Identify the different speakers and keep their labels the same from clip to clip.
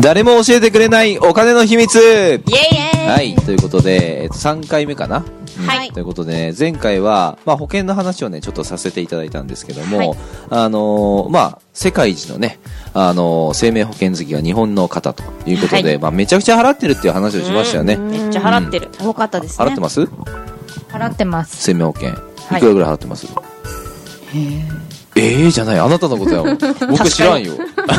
Speaker 1: 誰も教えてくれないお金の秘密
Speaker 2: イエイイエイ
Speaker 1: はい、ということで、えっと、3回目かな、
Speaker 2: はい
Speaker 1: ということで、ね、前回は、まあ、保険の話をね、ちょっとさせていただいたんですけども、
Speaker 2: はい
Speaker 1: あのーまあ、世界一のね、あのー生命保険好きが日本の方ということで、
Speaker 2: はい
Speaker 1: まあ、めちゃくちゃ払ってるっていう話をしましたよね。
Speaker 2: めっちゃ払ってる。
Speaker 3: 多かったですね
Speaker 1: 払ってます
Speaker 3: 払ってます
Speaker 1: 生命保険。
Speaker 3: はい
Speaker 1: いくらぐらい払ってます、ええー、じゃない。あなたのことやもん。僕知らんよ。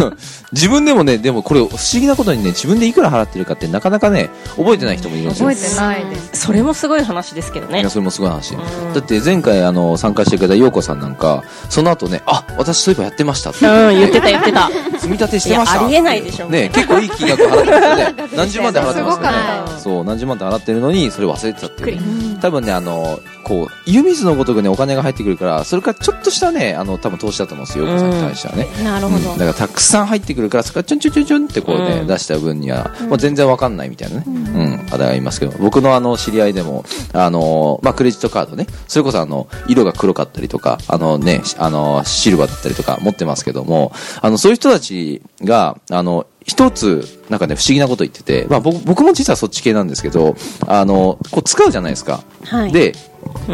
Speaker 1: 自分でもね、でもこれ不思議なことにね、自分でいくら払ってるかってなかなかね、覚えてない人もいるんですよ。
Speaker 4: 覚えてないです
Speaker 2: それもすごい話ですけど
Speaker 1: い
Speaker 2: ね
Speaker 1: や、。それもすごい話。
Speaker 2: ん
Speaker 1: だって前回、あの、参加してくれた陽子さんなんか、その後ね、あ、私そういえばやってましたって
Speaker 2: う
Speaker 1: 言
Speaker 2: ん、言
Speaker 1: っ
Speaker 2: っててた言ってた。
Speaker 1: 積み立てしてました
Speaker 2: いやありえないでしょ
Speaker 1: ね、結構いい金額払ってますよね。何十万で払って
Speaker 4: す
Speaker 1: ま
Speaker 4: ご
Speaker 1: す
Speaker 4: か
Speaker 1: よね。
Speaker 4: った
Speaker 1: そう、何十万で払ってるのに、それ忘れてたっていうね、多分ね、あの、こう、湯水のごとくね、お金が入ってくるから、それからちょっとしたね、あの、多分投資だと思うんですよ、陽子さんに対してはね。
Speaker 3: なるほど、
Speaker 1: うんだからたくさん入ってくるからそこからちょんちょんちょんちょんってこうね、
Speaker 2: うん
Speaker 1: 出した分には、もう全然わかんないみたいなね、うんあれがいますけど僕のあの知り合いでもあの、まあ、クレジットカードねそれこそあの色が黒かったりとかあの、ね、しあのシルバーだったりとか持ってますけどもあのそういう人たちがあの一つ、なんかね、不思議なこと言ってて、まあ、僕僕も実はそっち系なんですけど、あの、こう使うじゃないですか。
Speaker 3: はい
Speaker 1: で、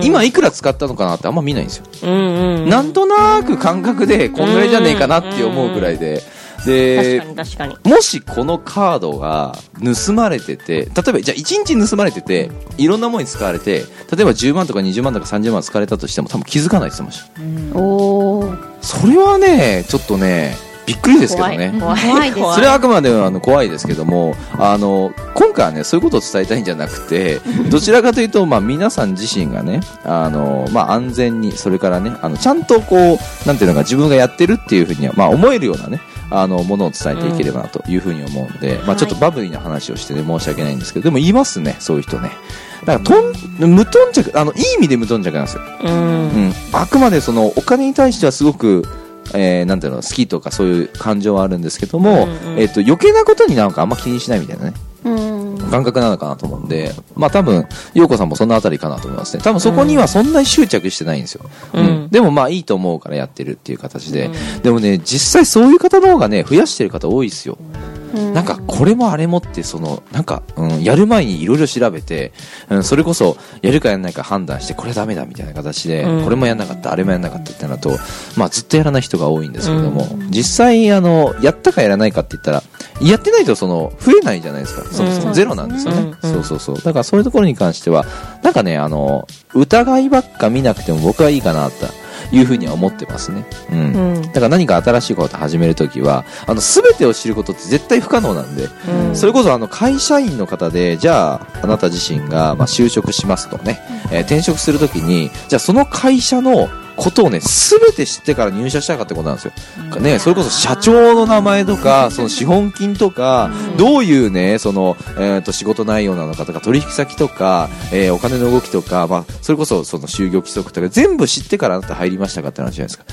Speaker 1: 今いくら使ったのかなってあんま見ないんですよ。
Speaker 2: うんうん。
Speaker 1: なんとなく感覚でこんぐらいじゃねえかなって思うぐらいで、
Speaker 2: 確
Speaker 1: で
Speaker 2: か、に確かに。
Speaker 1: もしこのカードが盗まれてて、例えばじゃあ1日盗まれてて、いろんなものに使われて、例えば10万とか20万とか30万使われたとしても多分気づかないって言ってました。
Speaker 3: おお
Speaker 1: それはね、ちょっとね、びっくりですけどね。
Speaker 2: 怖い。
Speaker 3: 怖いです
Speaker 1: それはあくまでもあの怖いですけどもあの今回はねそういうことを伝えたいんじゃなく てどちらかというと、まあ、皆さん自身がねあの、まあ、安全にそれからねあのちゃんとこうなんていうのか自分がやってるっていうふうには、まあ、思えるようなねあのものを伝えていければなというふうに思うんで、まあ、ちょっとバブリーな話をしてね申し訳ないんですけどでもいますねそういう人ね。だからとん無頓着あのいい意味で無頓着なんですよ。
Speaker 2: うん。
Speaker 1: うん、あくまでそのお金に対してはすごく、えーなんていうの好きとかそういう感情はあるんですけども、
Speaker 2: うんうん
Speaker 1: えっと余計なことになんかあんま気にしないみたいなね
Speaker 3: うん
Speaker 1: 感覚なのかなと思うんで、まあ多分、陽子さんもそのあたりかなと思いますね。多分そこにはそんなに執着してないんですよ。
Speaker 2: うん
Speaker 1: でもまあいいと思うからやってるっていう形で。
Speaker 2: う
Speaker 1: でもね、実際そういう方の方がね、増やしてる方多いですよ。なんかこれもあれもって、その、なんか、うん、やる前にいろいろ調べて、うん、それこそ、やるかやらないか判断して、これダメだみたいな形で、
Speaker 2: うん
Speaker 1: これもやらなかった、あれもやらなかったってなると、まあずっとやらない人が多いんですけども、実際、あの、やったかやらないかって言ったら、やってないとその、増えないじゃないですか。そもそも
Speaker 2: うん
Speaker 1: ゼロなんですよね。
Speaker 2: うん
Speaker 1: そうそうそう。だからそういうところに関しては、なんかね、あの、疑いばっか見なくても僕はいいかな、というふうには思ってますね。うん。
Speaker 2: うん
Speaker 1: だから何か新しいことを始めるときは、あの、すべてを知ることって絶対不可能なんで、
Speaker 2: うん
Speaker 1: それこそあの、会社員の方で、じゃあ、あなた自身が、まあ、就職しますとね、えー転職するときに、じゃあその会社のことをね、すべて知ってから入社したかってことなんですよ。ね、それこそ社長の名前とか、その資本金とか、どういうね、その、えっ、と、仕事内容なのかとか、取引先とか、えーお金の動きとか、まあ、それこそ、その、就業規則とか、全部知ってからあなた入りましたかって話じゃないですか。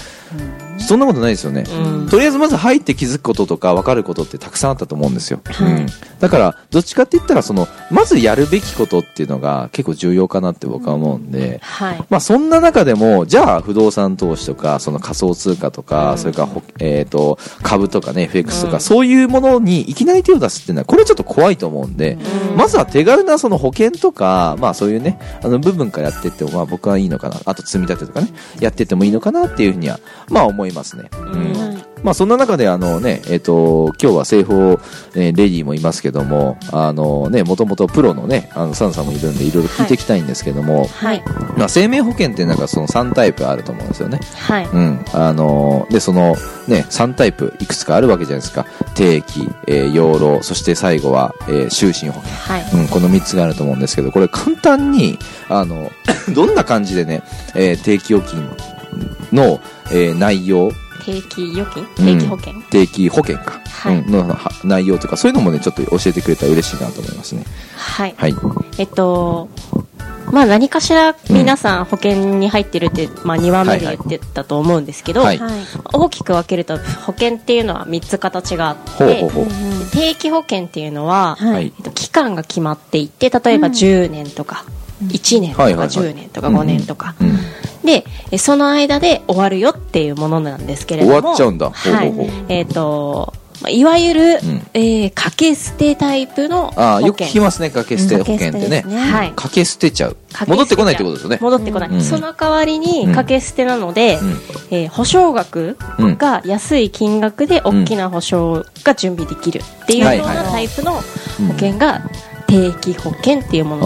Speaker 1: そんなことないですよね。
Speaker 2: うん
Speaker 1: とりあえずまず入って気づくこととか分かることってたくさんあったと思うんですよ。うん、だから、どっちかって言ったら、その、まずやるべきことっていうのが結構重要かなって僕は思うんで、
Speaker 3: はい
Speaker 1: まあそんな中でも、じゃあ不動産投資とか、その仮想通貨とか、それからほ、えっ、と、株とかね、FX とか、そういうものにいきなり手を出すっていうのは、これちょっと怖いと思うんで、まずは手軽なその保険とか、まあそういうね、あの部分からやっていっても、まあ僕はいいのかな。あと積み立てとかね、やっていってもいいのかなっていうふうには、まあ思いますね。うんまあそんな中であのね、えっ、と、今日は製法、えーレディーもいますけども、あのね、もともとプロのね、あの、サンさんもいるんで、いろいろ聞いていきたいんですけども、
Speaker 3: はい
Speaker 1: まあ、生命保険ってなんかその3タイプあると思うんですよね。
Speaker 3: はい
Speaker 1: うん。あのーで、その、ね、3タイプいくつかあるわけじゃないですか。定期、えー養老、そして最後は、えー終身保険。
Speaker 3: はい
Speaker 1: うん、この3つがあると思うんですけど、これ簡単に、あの、 どんな感じでね、えー定期預金の、えー内容、
Speaker 2: 定期預金
Speaker 1: うん
Speaker 2: 定期保険
Speaker 1: 定期保険か、
Speaker 3: はい
Speaker 1: うんのは内容とか、そういうのもね、ちょっと教えてくれたら嬉しいなと思いますね。
Speaker 3: はい
Speaker 1: はい。
Speaker 2: えっと、まあ何かしら皆さん保険に入ってるって、まあ2番目で言ってたと思うんですけど、
Speaker 1: はい
Speaker 3: はい
Speaker 2: 大きく分けると保険っていうのは3つ形があって、
Speaker 1: ほうほうほう。
Speaker 2: 定期保険っていうのは、
Speaker 3: はい
Speaker 2: えっと、期間が決まっていて例えば10年とか、1年とか
Speaker 1: はいはいはい
Speaker 2: 10年とか5年とか、
Speaker 1: うんうん
Speaker 2: でえその間で終わるよっていうものなんですけれども
Speaker 1: 終わっちゃうんだほうほうほう
Speaker 2: はいえっ、とまあいわゆる、
Speaker 1: ん
Speaker 2: えー、掛け捨てタイプの
Speaker 1: あ
Speaker 2: 保
Speaker 1: あ
Speaker 2: 険
Speaker 1: よく聞きますね掛け捨て保険ってね
Speaker 2: 掛け捨てですねはい
Speaker 1: 掛け捨てちゃう
Speaker 2: 掛け捨てちゃう
Speaker 1: 戻ってこないってことですよね
Speaker 2: 戻ってこない、
Speaker 1: うん
Speaker 2: その代わりに
Speaker 1: ん
Speaker 2: 掛け捨てなので、
Speaker 1: うん
Speaker 2: えー保証額が安い金額で大きな保証が準備できるっていうよう
Speaker 1: はい
Speaker 2: な
Speaker 1: はい
Speaker 2: タイプの保険が定期保険っていうもの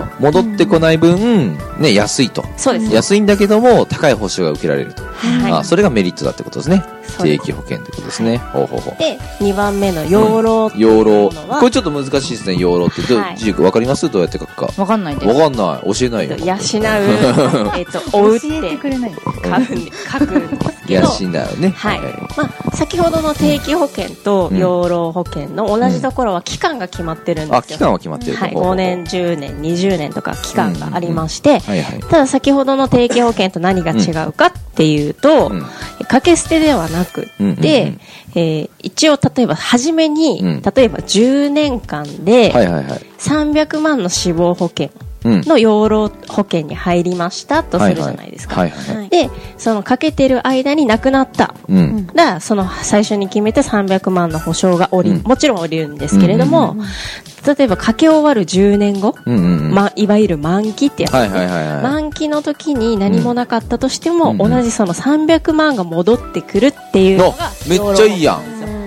Speaker 2: なんで
Speaker 1: ああ戻ってこない分ね安いと
Speaker 2: すそうです、
Speaker 1: 安いんだけども高い報酬が受けられると
Speaker 2: はい、
Speaker 1: あそれがメリットだってことですね
Speaker 2: そう
Speaker 1: 定
Speaker 2: です
Speaker 1: 期保険ってことですねほうほうほう
Speaker 2: で2番目の養老っていう
Speaker 1: 養老
Speaker 2: ものは、
Speaker 1: これちょっと難しいですね養老ってど
Speaker 2: はい
Speaker 1: ジュークわかりますどうやって書くか
Speaker 3: わかんないです。
Speaker 1: わかんない教えないよ
Speaker 2: 養う、えっと、追うって
Speaker 3: 教えてくれない。
Speaker 2: 書くんで書くんですけ
Speaker 1: 養
Speaker 2: ど、
Speaker 1: うね
Speaker 2: はいまあ、先ほどの定期保険と
Speaker 1: うん
Speaker 2: 養老保険の同じところは期間が決まってるん
Speaker 1: あ
Speaker 2: で
Speaker 1: 期
Speaker 2: すよ、
Speaker 1: 間は決まってる
Speaker 2: はい、
Speaker 1: ほうほうほ
Speaker 2: 5
Speaker 1: う
Speaker 2: 年10年20年とか期間がありまして、
Speaker 1: はいはい
Speaker 2: ただ先ほどの定期保険と何が違うかっていうと、
Speaker 1: うん
Speaker 2: 掛け捨てではなくって、
Speaker 1: うんうんうん
Speaker 2: えー一応例えば初めに、
Speaker 1: うん
Speaker 2: 例えば10年間で
Speaker 1: はいはいはい
Speaker 2: 300万の死亡保険
Speaker 1: うん
Speaker 2: の養老保険に入りましたとするじゃないですか、
Speaker 1: はいはいはいはい
Speaker 2: でそのかけてる間に亡くなった
Speaker 1: うん
Speaker 2: だからその最初に決めた300万の保証がおり、
Speaker 1: うん
Speaker 2: もちろんおりるんですけれども、
Speaker 1: う
Speaker 2: 例えばかけ終わる10年後、
Speaker 1: うんうんうん
Speaker 2: ま、いわゆる満期ってやつ
Speaker 1: はいはいはいはい
Speaker 2: 満期の時に何もなかったとしても、
Speaker 1: うんうん
Speaker 2: 同じその300万が戻ってくるっていうのが
Speaker 1: あめっちゃいいやん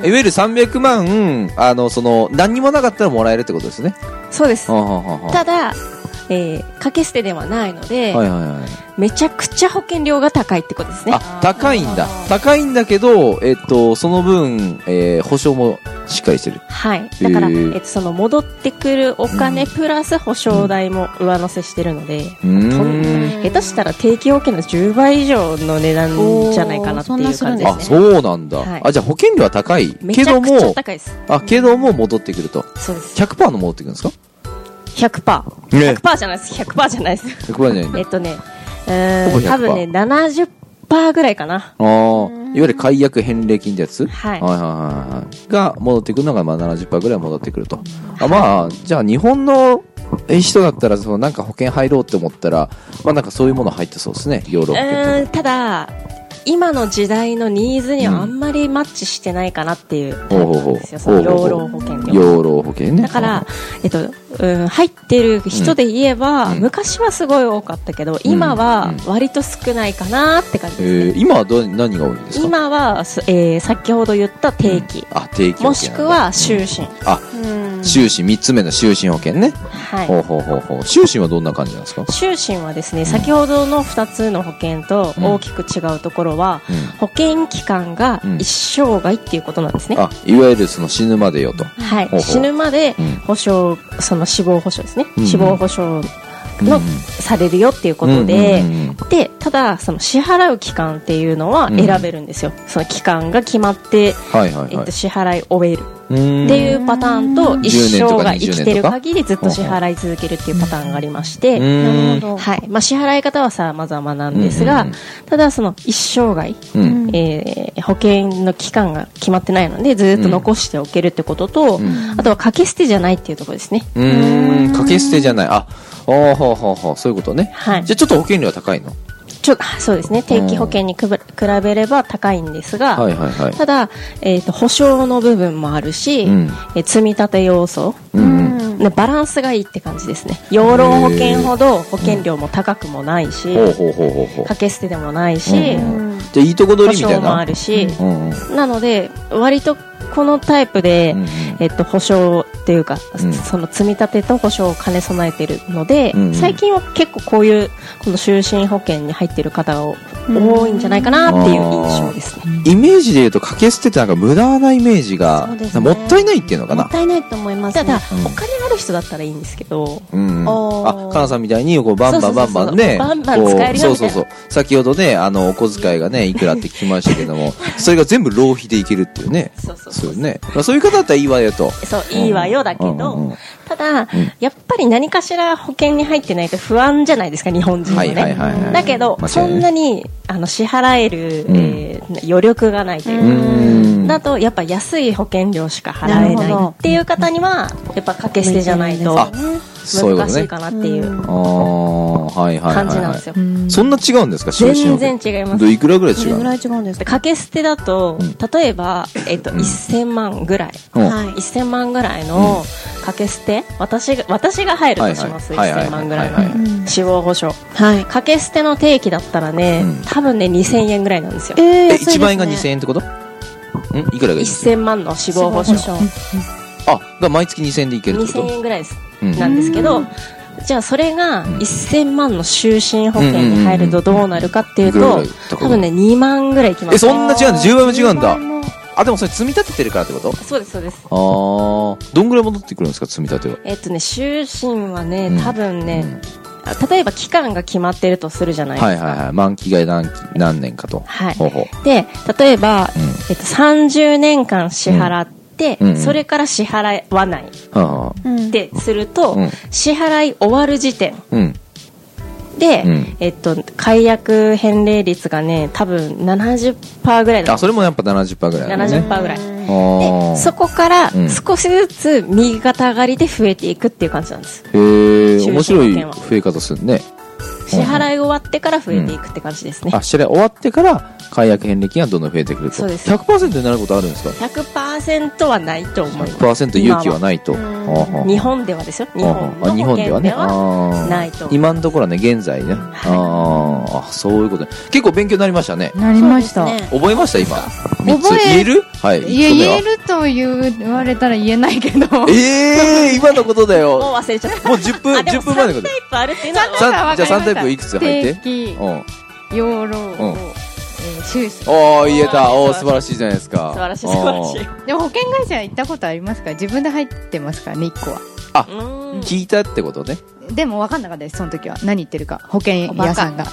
Speaker 1: いわゆる300万あのその何にもなかったらもらえるってことですね
Speaker 2: そうです
Speaker 1: はあはあはあ
Speaker 2: ただ、えー掛け捨てではないので、
Speaker 1: はいはいはい
Speaker 2: めちゃくちゃ保険料が高いってことですね
Speaker 1: あ高いんだ高いんだけどえっとその分えー保証もしっかりしてる
Speaker 2: はいだから、
Speaker 1: へ
Speaker 2: え
Speaker 1: ー
Speaker 2: っと、その戻ってくるお金プラス保証代も上乗せしてるので、
Speaker 1: うーん
Speaker 2: 下手したら定期保険の10倍以上の値段じゃないかなっていう感じですね
Speaker 1: あそうなんだ
Speaker 2: はい
Speaker 1: あじゃあ保険料は高い
Speaker 2: め
Speaker 1: け
Speaker 2: ちゃ
Speaker 1: ど
Speaker 2: くちゃ
Speaker 1: も
Speaker 2: 高いです
Speaker 1: あけども戻ってくると
Speaker 2: そうです
Speaker 1: 100%の戻ってくるんですかね
Speaker 2: 100%100% じゃないです100%じゃないです
Speaker 1: 100%じゃないんだ
Speaker 2: えっとね、う
Speaker 1: ほ
Speaker 2: ー
Speaker 1: ぼ
Speaker 2: ん、
Speaker 1: 100%
Speaker 2: 多分ね、70%ぐらいかな。
Speaker 1: ああ、いわゆる解約返礼金ってやつ、
Speaker 2: はい
Speaker 1: はいはいはいはいが戻ってくるのがまあ70%ぐらい戻ってくると。あまあ、じゃあ日本のえ人だったら、そのなんか保険入ろうって思ったら、まあなんかそういうもの入ってそうですね、ヨー
Speaker 2: う
Speaker 1: ロッパ
Speaker 2: ーん、ただ、今の時代のニーズにはあんまりマッチしてないかなっていうタイプなんですよ、そ
Speaker 1: ほうほ
Speaker 2: の
Speaker 1: うほう
Speaker 2: 養老保険っていうのは
Speaker 1: 養老保険ね。
Speaker 2: だから、えっと、うん、入ってる人で言えば、
Speaker 1: うん
Speaker 2: 昔はすごい多かったけど、今は割と少ないかなって感じ
Speaker 1: え
Speaker 2: です
Speaker 1: ー、
Speaker 2: ね。
Speaker 1: 今はど何が多いんですか
Speaker 2: 今は、すえー先ほど言った定期、
Speaker 1: あ、定期保険なんだ
Speaker 2: もしくは就寝。
Speaker 1: あ、終身、3つ目の終身保険ね。
Speaker 2: はい。
Speaker 1: ほうほうほうほう。終身はどんな感じなんですか
Speaker 2: 終身はですね先ほどの2つの保険と
Speaker 1: うん
Speaker 2: 大きく違うところは、
Speaker 1: うん
Speaker 2: 保険期間が
Speaker 1: うん
Speaker 2: 一生涯っていうことなんですね、
Speaker 1: あ、いわゆるその死ぬまでよと。
Speaker 2: はい
Speaker 1: ほうほう
Speaker 2: 死ぬまで
Speaker 1: うん
Speaker 2: 保証その死亡保障ですね、
Speaker 1: うん
Speaker 2: 死亡保障の、
Speaker 1: うん
Speaker 2: されるよっていうことで、
Speaker 1: うんうんうんうん
Speaker 2: でただその支払う期間っていうのは
Speaker 1: うん
Speaker 2: 選べるんですよ、その期間が決まって、
Speaker 1: はいはい
Speaker 2: え
Speaker 1: は
Speaker 2: っ
Speaker 1: い
Speaker 2: と、。支払い終える
Speaker 1: うーん
Speaker 2: っていうパターンと
Speaker 3: うん
Speaker 2: 一生涯
Speaker 1: 10
Speaker 2: 生
Speaker 1: 年とか
Speaker 2: きてる限りずっと支払い続けるっていうパターンがありまして、
Speaker 1: うん
Speaker 3: ほど
Speaker 2: はいまあ、支払い方はさまざまなんですが、
Speaker 1: うんうん
Speaker 2: ただその一生涯、
Speaker 1: うん
Speaker 2: えー保険の期間が決まってないのでずっと残しておけるってことと、
Speaker 1: うん
Speaker 2: あとは掛け捨てじゃないっていうところですね、
Speaker 1: うーん掛け捨てじゃないああーはあはあはあそういうことね
Speaker 2: はい、
Speaker 1: じゃあちょっと保険料は高いの
Speaker 2: ちょあそうですね定期保険にくぶ比べれば高いんですが、
Speaker 1: はいはいはい
Speaker 2: ただ、えー、と保証の部分もあるし、
Speaker 1: うん
Speaker 2: えー積み立て要素、
Speaker 1: うん
Speaker 2: ねバランスがいいって感じですね養老保険ほど保険料も高くもないし、
Speaker 1: ほうほうほうほうほう
Speaker 2: 掛け捨てでもないし、
Speaker 1: うんじゃあいいとこ取
Speaker 2: 保
Speaker 1: りみた
Speaker 2: 証
Speaker 1: い
Speaker 2: も
Speaker 1: な
Speaker 2: あるし、
Speaker 1: うんうん
Speaker 2: なので割とこのタイプで、
Speaker 1: うんうん
Speaker 2: えっと、保証っていうか、
Speaker 1: うん
Speaker 2: その積み立てと保証を兼ね備えているので、
Speaker 1: うんうん
Speaker 2: 最近は結構こういうこの就寝保険に入っている方が多いんじゃないかなっていう印象ですね。
Speaker 1: イメージで言うと掛け捨てってなんか無駄なイメー
Speaker 4: そ
Speaker 1: ジが
Speaker 4: うですね
Speaker 1: もったいないっていうのか
Speaker 4: も
Speaker 1: な
Speaker 4: ったいないと思います、
Speaker 2: た
Speaker 4: ね、
Speaker 2: だ、
Speaker 1: うん
Speaker 2: お金がある人だったらいいんですけど、
Speaker 1: うんうん、
Speaker 4: おー
Speaker 1: あかなさんみたいにこうバンバンバンバンね
Speaker 2: そうそうそうバンバン使えるよ
Speaker 1: こうそう
Speaker 2: みたいな
Speaker 1: そうそう先ほどねあのお小遣いがねいくらって聞きましたけど もそれが全部浪費でいけるっていうね
Speaker 2: そうそう
Speaker 1: そういうね、まあ、そういう方だったらいいわよと
Speaker 2: そういいわよだけど、
Speaker 1: うんうんうん
Speaker 2: ただ、やっぱり何かしら保険に入ってないと不安じゃないですか日本人はね、
Speaker 1: はいはいはいはい
Speaker 2: だけど、
Speaker 1: 間違いない
Speaker 2: そんなにあの支払える、
Speaker 1: うん
Speaker 2: えー余力がないという
Speaker 1: う
Speaker 2: か。
Speaker 1: ん
Speaker 2: だとやっぱ安い保険料しか払え
Speaker 3: な
Speaker 2: ない
Speaker 3: るほど
Speaker 2: っていう方にはやっぱ掛け捨てじゃないと
Speaker 1: あそういうこ
Speaker 2: 難
Speaker 1: と
Speaker 2: しい
Speaker 1: ね
Speaker 2: かなっていう
Speaker 1: ああはいはいはい、
Speaker 2: 感
Speaker 1: は
Speaker 2: じ
Speaker 1: い、
Speaker 2: なんですよ。
Speaker 1: そんな違うんですか
Speaker 2: 全
Speaker 1: 就寝保険
Speaker 2: 然違います
Speaker 1: どいくらぐらい
Speaker 4: ど
Speaker 1: 違
Speaker 4: れ
Speaker 1: う
Speaker 4: ぐ
Speaker 1: の
Speaker 4: らい違うんですか
Speaker 2: 掛け捨てだと
Speaker 1: うん
Speaker 2: 例えば、えっと
Speaker 1: ん
Speaker 2: 1000万ぐらい、
Speaker 1: うん
Speaker 4: はい
Speaker 2: 1000万ぐらいの掛け捨て私が私が入るとします、
Speaker 1: はいはい
Speaker 2: 1000万ぐらいの、
Speaker 1: はいはい
Speaker 4: はいはい
Speaker 2: 死亡保障
Speaker 4: はい
Speaker 2: 掛け捨ての定期だったらね、
Speaker 1: うん
Speaker 2: 多分ね2000円ぐらいなんですよ
Speaker 4: えー、
Speaker 1: え
Speaker 4: 安いですね
Speaker 1: 1万円が2000円ってことんいくらがいい
Speaker 2: 1000万の死
Speaker 4: 死亡
Speaker 2: 亡
Speaker 4: 保
Speaker 2: 保
Speaker 4: 障
Speaker 2: 障
Speaker 1: あが毎月2000円でいけるってこと
Speaker 2: 2000円ぐらいです、
Speaker 1: うん
Speaker 2: なんですけどじゃあそれが1000万の就寝保険に入るとどうなるかっていうと、
Speaker 1: うんうんうんうんいくらぐらい高い
Speaker 2: 多分ね2万ぐらいいきま
Speaker 1: え
Speaker 2: す
Speaker 1: そんな違うんだ10倍も違うんだ
Speaker 4: 10倍も
Speaker 1: あでもそれ積み立ててるからってこと
Speaker 2: そうですそうです
Speaker 1: ああどんぐらい戻ってくるんですか積み立ては
Speaker 2: えっとね就寝はね
Speaker 1: うん
Speaker 2: 多分ね、あ例えば期間が決まってるとするじゃないですか
Speaker 1: はいはいはい満期が何期何年かと
Speaker 2: はい
Speaker 1: ほうほう
Speaker 2: で例えば、
Speaker 1: うん
Speaker 2: えっと、30年間支払って、
Speaker 1: うんうん
Speaker 2: それから支払わないっ
Speaker 1: はあは
Speaker 4: うん
Speaker 2: てすると、
Speaker 1: うん
Speaker 2: 支払い終わる時点
Speaker 1: あうん
Speaker 2: で、
Speaker 1: うん
Speaker 2: えっと、解約返礼率がね多分70%ぐらいだ
Speaker 1: あそれもやっぱ70%ぐらいだね
Speaker 2: 70%ぐら
Speaker 1: あ
Speaker 2: い、で
Speaker 1: ー
Speaker 2: そこから
Speaker 1: うん
Speaker 2: 少しずつ右肩上がりで増えていくっていう感じなんです
Speaker 1: へえ
Speaker 2: 収入
Speaker 1: 面白い
Speaker 2: 保険は
Speaker 1: 増え方するね
Speaker 2: 支払い終わってから増えていくって感じですね、
Speaker 1: あ試合終わってから解約返歴がどんどん増えてくると
Speaker 2: そうです
Speaker 1: 100%になることあるんですか
Speaker 2: 100%はないと思います
Speaker 1: 100%勇気はないと
Speaker 4: ん
Speaker 1: はあはあ
Speaker 2: 日本ではですよ日本
Speaker 1: あ
Speaker 2: の
Speaker 1: 日
Speaker 2: 保
Speaker 1: 本で
Speaker 2: 険
Speaker 1: は
Speaker 2: で
Speaker 1: ね
Speaker 2: は
Speaker 1: あー
Speaker 2: ないと
Speaker 1: 今のところはね現在ね、あーあそういうことね結構勉強になりましたね
Speaker 3: なりました。
Speaker 4: そうですね
Speaker 1: 覚えました今三つ
Speaker 3: 覚え
Speaker 1: 言えるはい
Speaker 3: いや、
Speaker 1: 一個目は
Speaker 3: 言えると言われたら言え ないけど。
Speaker 1: ええー、今のことだ
Speaker 2: もう
Speaker 1: よ
Speaker 2: 忘れちゃった
Speaker 1: もう10分
Speaker 2: あでも
Speaker 1: 10分前のこ
Speaker 2: 3
Speaker 1: と
Speaker 2: タイプあるっていうのは
Speaker 1: さんじゃあ
Speaker 3: わかりました
Speaker 1: 3タイプいくつ入って
Speaker 3: 定期、
Speaker 1: うんあ
Speaker 3: 養老、え
Speaker 1: ん
Speaker 3: ー収支。
Speaker 1: あ言えたおお素晴らしいじゃないですか
Speaker 2: 素晴らしい素晴らしい
Speaker 1: あー
Speaker 3: でも保険会社行ったことありますから自分で入ってますからね、1個は。
Speaker 2: うーん
Speaker 1: 聞いたってことね
Speaker 3: でも分かんなかったです、その時は。何言ってるか、保険屋さんが。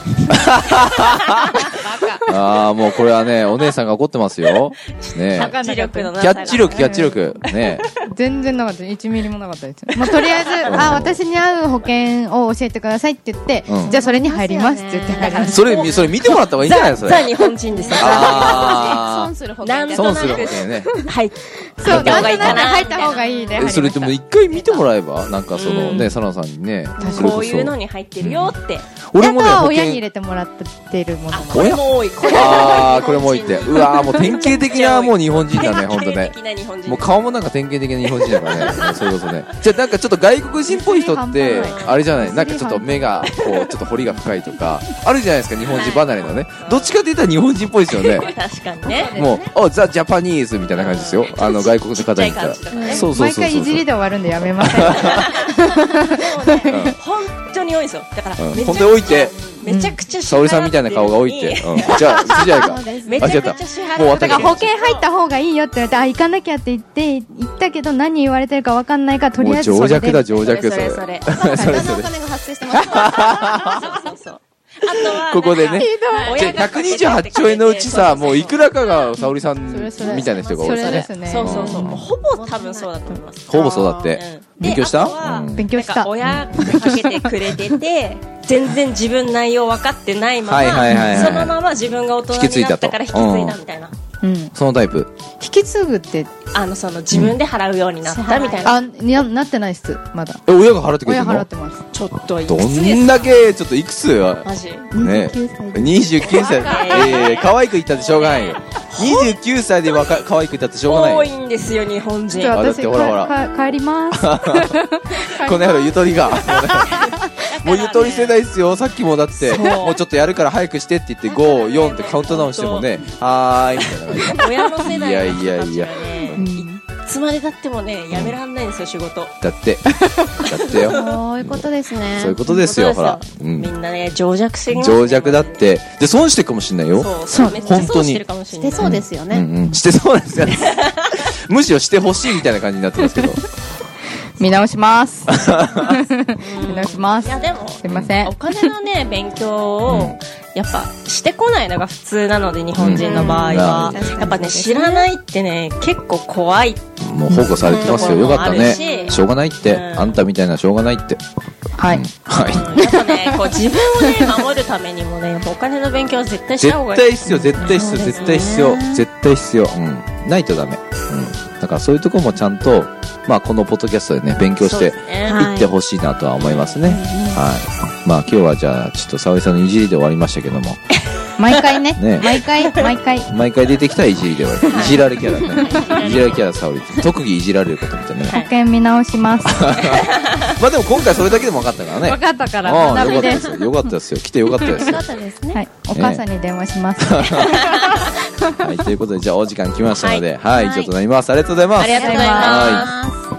Speaker 1: ああもうこれはねお姉さんが怒ってます よね
Speaker 2: キャ
Speaker 1: え
Speaker 2: ッチ力のな
Speaker 1: キ
Speaker 2: さ
Speaker 1: ャ
Speaker 2: が
Speaker 1: ッチ力キャッチ力ねえ
Speaker 3: 全然なかったです1ミリもなかったですもうとりあえず
Speaker 1: うん
Speaker 3: あ私に合う保険を教えてくださいって言って、
Speaker 1: うん
Speaker 3: じゃあそれに入りますって言って入りまし
Speaker 1: それみそれ見てもらった方がいいんじゃないそ
Speaker 2: ザ
Speaker 1: れ
Speaker 2: 日本人ですよ
Speaker 1: ああ
Speaker 4: する
Speaker 2: なんと
Speaker 1: 損
Speaker 2: な
Speaker 1: するわけ
Speaker 2: く
Speaker 1: だよね
Speaker 2: はい
Speaker 3: たそう
Speaker 1: 見た方が
Speaker 3: なん
Speaker 1: い
Speaker 3: と
Speaker 1: いか
Speaker 3: なく
Speaker 1: な
Speaker 3: 入った方がいいで入
Speaker 1: え
Speaker 3: りま
Speaker 1: それで
Speaker 3: し
Speaker 1: も
Speaker 3: た
Speaker 1: 一回見てもらえばなんかその
Speaker 2: うん
Speaker 1: ねサナさんにねそれこそ
Speaker 2: こういうのに入ってるよって
Speaker 1: 俺
Speaker 3: 親
Speaker 1: もね
Speaker 3: は
Speaker 1: 保
Speaker 3: 親に入
Speaker 1: 険
Speaker 3: れてもらってるものも
Speaker 2: これも多いこれ
Speaker 1: ああこれもいいってうわーもう典型的なもう日本人 だね本当ね
Speaker 2: 典型的な日本人
Speaker 1: もう顔もなんか典型的な日本人だからねもうそれこそねじゃあなんかちょっと外国人っぽい人って
Speaker 3: スリーハンパない
Speaker 1: あれじゃないなんかちょっと目がこうちょっと彫りが深いとかあるじゃないですか日本人離れのねどっちかって言ったら日本人っぽいですよね
Speaker 2: 確かにね
Speaker 1: もう「おザ・ジャパニーズ」みたいな感じですよあの外国の
Speaker 2: ちっち
Speaker 1: 方
Speaker 2: ゃ
Speaker 1: に
Speaker 2: い
Speaker 1: 言ったら
Speaker 2: 感じとかね
Speaker 1: そうそうそう
Speaker 3: 毎
Speaker 1: そう
Speaker 3: 回いじりで終わるんでやめま せん
Speaker 2: でもね本当に多いですよだから
Speaker 1: うん
Speaker 2: めち
Speaker 1: ほ
Speaker 2: ゃくちゃ
Speaker 1: んで多いって
Speaker 2: めちゃくちゃ
Speaker 1: 沙織さんみたいな顔が多いって、うん、じゃあそれじゃないか
Speaker 2: めちゃくちゃ支払
Speaker 1: もう
Speaker 3: だ
Speaker 1: 私
Speaker 3: から保険入った方がいいよって言われてあ行かなきゃって言って行ったけど何言われてるか分かんないからと
Speaker 1: も
Speaker 3: りあ
Speaker 1: う
Speaker 3: えずそ
Speaker 1: 情
Speaker 3: れで
Speaker 1: 弱だ情弱
Speaker 2: それそれ
Speaker 1: それ それそ
Speaker 4: お
Speaker 1: れ
Speaker 4: 金が発生してます
Speaker 2: そうそうそうあとは
Speaker 1: ここでね
Speaker 2: なんか
Speaker 1: じゃあ
Speaker 2: 親がかけて
Speaker 1: 128
Speaker 2: くれて
Speaker 1: 兆円のうちさもういくらかが沙織さん
Speaker 3: それそれ
Speaker 1: みたいな人が多い
Speaker 3: そ
Speaker 1: です
Speaker 3: れで
Speaker 1: ね
Speaker 3: すね
Speaker 2: そうそうそうもうほぼ多分そうだと思います
Speaker 1: ほぼそうだっ
Speaker 2: う
Speaker 1: て
Speaker 2: ん
Speaker 1: 勉強し
Speaker 2: であと
Speaker 1: た、
Speaker 2: は
Speaker 1: うん
Speaker 3: 勉強し
Speaker 2: なん
Speaker 3: た
Speaker 2: か親がかけてくれてて全然自分内容分かってないまま
Speaker 1: はいはいはいはい
Speaker 2: そのまま自分が大人になったか
Speaker 1: 引
Speaker 2: ら引
Speaker 1: き
Speaker 2: き
Speaker 1: 継
Speaker 2: 継
Speaker 1: いだと
Speaker 2: いだみたいな
Speaker 3: うん
Speaker 1: そのタイプ
Speaker 3: 引き継ぐって
Speaker 2: あのその自分で払うようになったみたいな
Speaker 3: あにななってないっすまだ
Speaker 1: え親が払ってくれて
Speaker 3: 親
Speaker 1: る
Speaker 3: 払っ
Speaker 1: の
Speaker 3: てます
Speaker 2: ちょっとい
Speaker 1: ど
Speaker 2: くつです
Speaker 1: んだけちょっといくつよ
Speaker 2: マジ
Speaker 1: ね29歳いやいや可愛く言ったってしょうがないよ29歳でわか可愛く言ったってしょうが
Speaker 2: 多
Speaker 1: ない
Speaker 2: い
Speaker 1: よ
Speaker 2: んですよ日本人
Speaker 3: ちょっと
Speaker 1: あだっ
Speaker 3: 私
Speaker 1: てほらほら
Speaker 3: かか帰ります
Speaker 1: この野郎ゆとり がもうゆとり世代っすよさっきもだって
Speaker 2: そう
Speaker 1: もうちょっとやるから早くしてって言って54ってカウントダウンしてもねはーいみたいな感じ
Speaker 2: 親の世代の人たちは、ね、
Speaker 1: いやいやいや
Speaker 3: うん
Speaker 2: いつまでたってもねやめらんないんですよ仕事
Speaker 1: だってだってよ
Speaker 4: そういうことですね
Speaker 1: そういうことですよほら
Speaker 2: そうですよ
Speaker 1: うん
Speaker 2: みんなね情弱すぎますよ
Speaker 1: 情弱だってで損してるかもしれないよ
Speaker 2: そうそうめっちゃ
Speaker 1: 本当
Speaker 2: 損
Speaker 1: に
Speaker 2: してるかもしれな
Speaker 4: で
Speaker 2: い
Speaker 4: そうですよね、
Speaker 1: うんうん、してそうなんですよねむしろしてほしいみたいな感じになってますけど
Speaker 3: 見直します 見直します
Speaker 2: いやでも
Speaker 3: すいません
Speaker 2: お金のね勉強をやっぱしてこないのが普通なので日本人の場合
Speaker 1: う
Speaker 2: は、
Speaker 1: ん
Speaker 4: うん
Speaker 2: やっぱね知らないってね結構怖い
Speaker 1: もう保護されてますよよかった
Speaker 2: うん
Speaker 1: ねしょうがないって、
Speaker 2: うん
Speaker 1: あんたみたいなしょうがないって
Speaker 4: はい。
Speaker 1: はい。
Speaker 2: やっぱね、こう自分をね、守るためにもね、やっぱお金の勉強は絶対した方
Speaker 1: 絶
Speaker 2: がいい。
Speaker 1: 対必要、絶対必要、絶対必要、絶対必要。うん。ないとダメ。うん。だからそういうとこもちゃんと、まあこのポッドキャストでね、勉強して
Speaker 2: そうですね
Speaker 1: いってほしいなとは思いますね。はい。まあ今日はじゃあ、ちょっと沙織さんのいじりで終わりましたけども、
Speaker 4: 毎回ね。
Speaker 1: ね
Speaker 4: 毎回、毎 回。
Speaker 1: 毎回出てきたらいじりで終わり。いじられキャラね。いじられキャラ沙織って。特技いじられることみたいなね。
Speaker 2: はい
Speaker 4: 保険見直します。
Speaker 1: まあでも今回それだけでも分かったからね。
Speaker 3: 分かったから
Speaker 1: ああ、
Speaker 3: ダ
Speaker 1: よか
Speaker 3: メ
Speaker 1: った
Speaker 3: で
Speaker 1: ですすよ。よかったですよ。来てよかった ですよ。
Speaker 2: たですね。
Speaker 4: はい。お母さんに電話します。
Speaker 1: はい、ということで、じゃあお時間来ましたので、はい、
Speaker 2: はい
Speaker 1: 以上となります。ありがとうございます。
Speaker 2: ありがとうございます。